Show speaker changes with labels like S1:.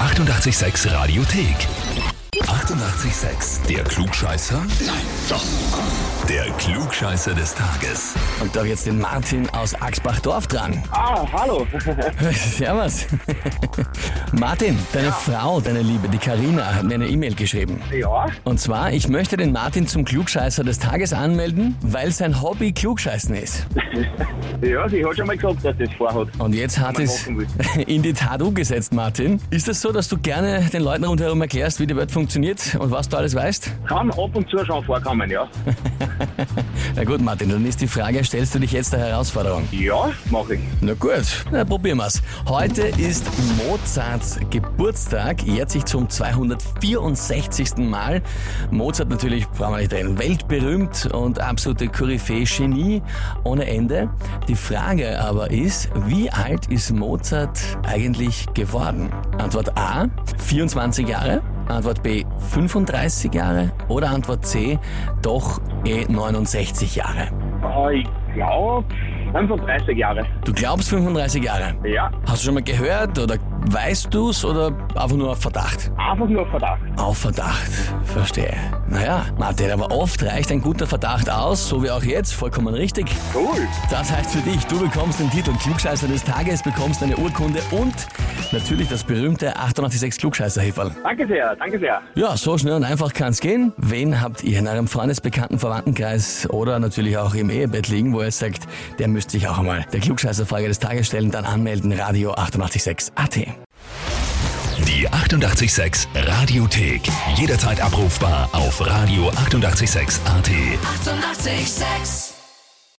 S1: 886 Radiothek. 88,6. Der Klugscheißer? Nein, doch. Der Klugscheißer des Tages.
S2: Und da hab ich jetzt den Martin aus Axbach-Dorf dran.
S3: Ah, hallo.
S2: Servus. Martin, deine Frau, deine Liebe, die Karina, hat mir eine E-Mail geschrieben.
S3: ja,
S2: Und zwar, ich möchte den Martin zum Klugscheißer des Tages anmelden, weil sein Hobby Klugscheißen ist.
S3: ja, sie hat schon mal gesagt, dass sie es vorhat.
S2: Und jetzt hat
S3: Mal
S2: es
S3: machen
S2: in die Tat umgesetzt, Martin. Ist das so, dass du gerne den Leuten rundherum erklärst, wie die Welt funktioniert und was du alles weißt?
S3: Kann ab und zu schon vorkommen, ja.
S2: Na gut, Martin, dann ist die Frage, stellst du dich jetzt der Herausforderung?
S3: Ja, mache ich.
S2: Na gut, na probieren wir's. Heute ist Mozarts Geburtstag, jährt sich zum 264. Mal. Mozart natürlich, brauchen wir nicht reden, weltberühmt und absolute Koryphäe, Genie ohne Ende. Die Frage aber ist, wie alt ist Mozart eigentlich geworden? Antwort A, 24 Jahre. Antwort B, 35 Jahre. Oder Antwort C, doch eh 69 Jahre.
S3: Äh, ich glaube, 35 Jahre.
S2: Du glaubst 35 Jahre?
S3: Ja,
S2: Hast du schon mal gehört oder weißt du's oder einfach nur auf Verdacht?
S3: einfach nur Verdacht.
S2: Auf Verdacht, verstehe. Naja, Martin, aber oft reicht ein guter Verdacht aus, so wie auch jetzt, vollkommen richtig.
S3: Cool.
S2: Das heißt für dich, du bekommst den Titel Klugscheißer des Tages, bekommst eine Urkunde und natürlich das berühmte 886 klugscheißer -Häferl.
S3: Danke sehr, danke sehr.
S2: Ja, so schnell und einfach kann's gehen. Wen habt ihr in eurem Freundesbekannten Verwandtenkreis oder natürlich auch im Ehebett liegen, wo ihr sagt, der müsste sich auch einmal der Klugscheißerfrage des Tages stellen, dann anmelden, Radio 886 AT.
S1: Die 88,6 Radiothek. Jederzeit abrufbar auf radio886.at. 88,6.
S4: Eighty-eight, sex.